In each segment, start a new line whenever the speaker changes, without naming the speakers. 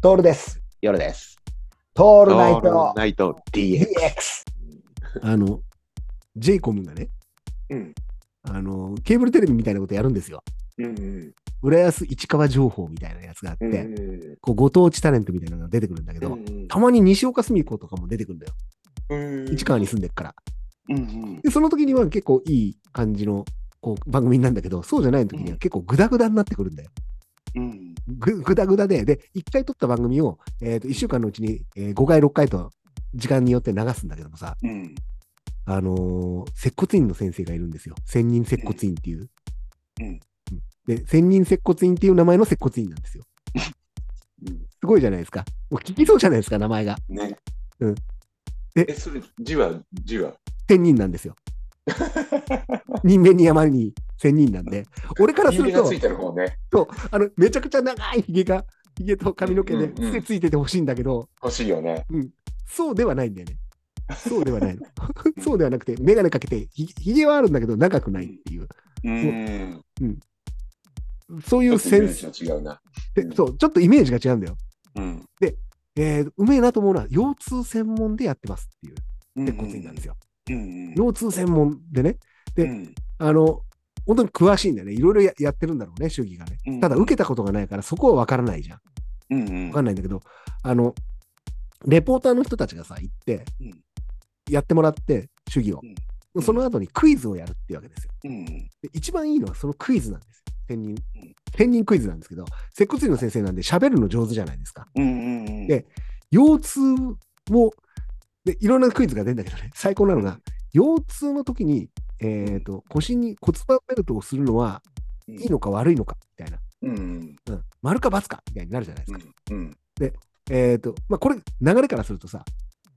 トールです。
夜です。
ト
オ
ールナイト
ナイト DX。
DX。
あの、ジェイコムがね、
うん
あの、ケーブルテレビみたいなことやるんですよ。
うん
浦安市川情報みたいなやつがあって、
うん。
こうご当地タレントみたいなのが出てくるんだけど、たまに西岡澄子とかも出てくるんだよ。
うん
市川に住んでっから。
うん
で、その時には結構いい感じのこう番組になるんだけど、そうじゃない時には結構グダグダになってくるんだよ。
うん。
ぐぐだぐだで、で、1回撮った番組を、えーと1週間のうちに、え5回、6回と時間によって流すんだけどもさ、
うん。
あのー接骨院の先生がいるんですよ。千人接骨院っていう。
うん
で、千人接骨院っていう名前の接骨院なんですよ。すごいじゃないですか。もう聞きそうじゃないですか、名前が。
ね。
うん
え
え、
それ、字は、字は。
千人なんですよ。人間に山に千人なんで。俺からす
指
る
が
と
つい、てる方ね。
あの、めちゃくちゃ長いひげが、ひげと髪の毛
う
で
んうんうん
癖ついててほしいんだけど、
欲しいよね。
そうではないんだよね。そうではないの。 そうではなくて、眼鏡かけてひ、ひげはあるんだけど、長くないっていう。
うん。
そういうセンス。
ちょっとイメージが違うな。
で
うん
そう、ちょっとイメージが違うんだよ。
うん。
えーうめえなと思うのは、腰痛専門でやってますっていう、鉄骨院なんですよ。
うん。
腰痛専門でね、
う
で
ん。
あの、本当に詳しいんだよね。いろいろややってるんだろうね、主義がね
うん。
ただ、受けたことがないから、そこは分からないじゃん。
うん
分か。んないんだけど、あの、レポーターの人たちがさ、行って
うん、
やってもらって、主義を
うん。
でその後にクイズをやるっていうわけですよ。
うん。
で一番いいのはそのクイズなんですよ。天人
ん。
天人クイズなんですけど、接骨院の先生なんで喋るの上手じゃないですか。
うん。
で腰痛もでいろんなクイズが出るんだけどね最高なのが腰痛の時に、えー、と腰に骨盤ベルトをするのは
うん
いいのか悪いのかみたいな、
うん。
うん、丸か×かみたいになるじゃないですか、
うん。
えーとまあ、これ流れからするとさ、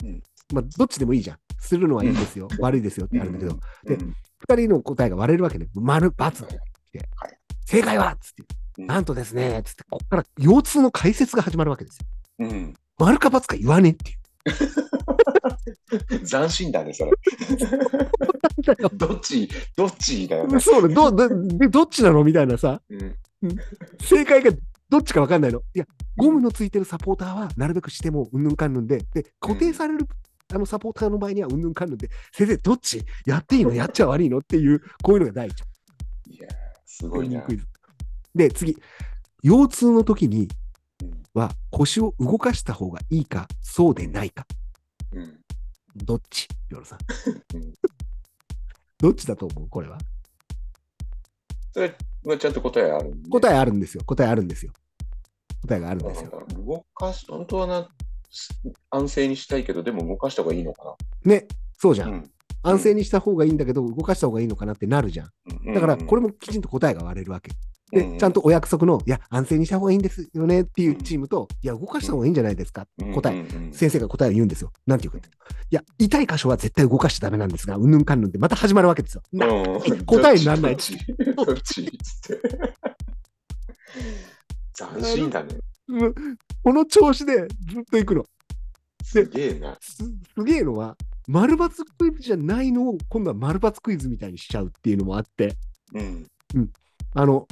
うん
まあ、どっちでもいいじゃんするのはいいですよ、悪いですよってあるんだけど、
で、
二人の答えが割れるわけね丸×って来て、
はい
正解はっつって、
うん
なんとですねつってここから腰痛の解説が始まるわけですよ
うん。
丸か×か言わねえっていう
斬新だね、それ。
なんだよ
どっち、どっちだよね。
そうね、ど、ど、でどっちなのみたいなさ、
うん。
正解がどっちか分かんないの。いや、ゴムのついてるサポーターはなるべくしてもうんぬんかんぬんで、で、固定される、あのサポーターの場合にはうんぬんかんぬんで、先生、どっち やっていいのやっちゃ悪いのっていう、こういうのが第一。
いやー、すごいな
ク。イズで、次、腰痛の時に
うん
は腰を動かした方がいいか、そうでないか、
うん。
どっちヨロさん
うん。
どっちだと思うこれは。
それはちゃんと答えある、
答えあるんですよ。答えあるんですよ。答えがあるんですよ。
うん動かし、本当はな、す安静にしたいけど、でも動かした方がいいのか
ね、そうじ
な。
ゃん。
ん。
安静にした方がいいんだけど、動かした方がいいのかなってなるじゃん。
うん
だから、こ
れ、
れもきちんと答えが割れるわけ。
う
で、
う
ちゃんと、お約束の、いや、安静にした方がいいんですよねっていうチームと、いや、動かした方がいいんじゃないですか。答え
え。
先生が答えを言うんですよ。なんていうかって。いや、痛い箇所は絶対動かしちゃダメなんですが、うんぬんかんぬんで、また始まるわけですよ。な
うん
答えにならない
どっちどっちつって。斬新だね。
うんこの調子でずっと行くの。
すげえな。
すすげえのは、丸抜クイズじゃないのを、今度は丸抜クイズみたいにしちゃうっていうのもあって、
うん。
あの、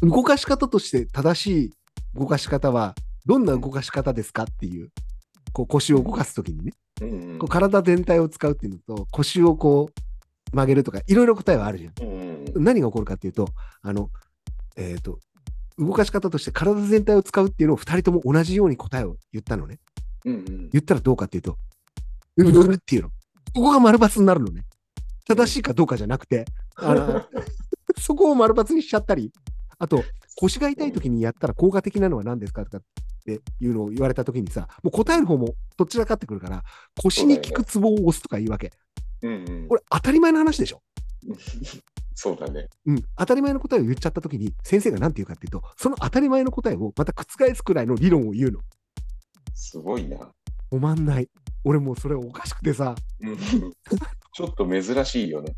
動かし方として正しい動かし方は、どんな動かし方ですかっていう、こう腰を動かすときにね、
うん
こう体全体を使うっていうのと、腰をこう曲げるとか、いろいろ答えはあるじゃん。
うん。
何が起こるかっていうと、あの、えっ、と、動かし方として体全体を使うっていうのを2人とも同じように答えを言ったのね。
うんうん。
言ったらどうかっていうと、うるるるっていうの。ここが丸抜になるのね。正しいかどうかじゃなくて、あのそこを丸抜にしちゃったり、あと、腰が痛い時にやったら効果的なのは何ですかとかっていうのを言われた時にさ、もう答える方もどちらかってくるから、腰に効くツボを押すとか言うわけ。
うんうん
これ当たり前の話でしょ。
そうだね。
うん、当たり前の答えを言っちゃった時に先生が何て言うかっていうとその当たり前の答えをまた覆すくらいの理論を言うの
すごいな。
止まんない俺もうそれおかしくてさ
うんちょっと珍しいよね、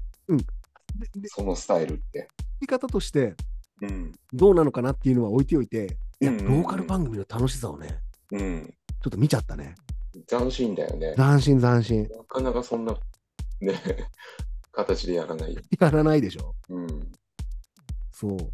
でで
そのスタイルって。
言い方として
うん。
どうなのかなっていうのは置いておいて、いや、
う
ロ
んうんうん
ーカル番組の楽しさをね、
うん。
ちょっと見ちゃったね。
斬新だよね。
斬新斬新。
なかなかそんな、ね、形でやらないよ。
やらないでしょ。
うん。
そう。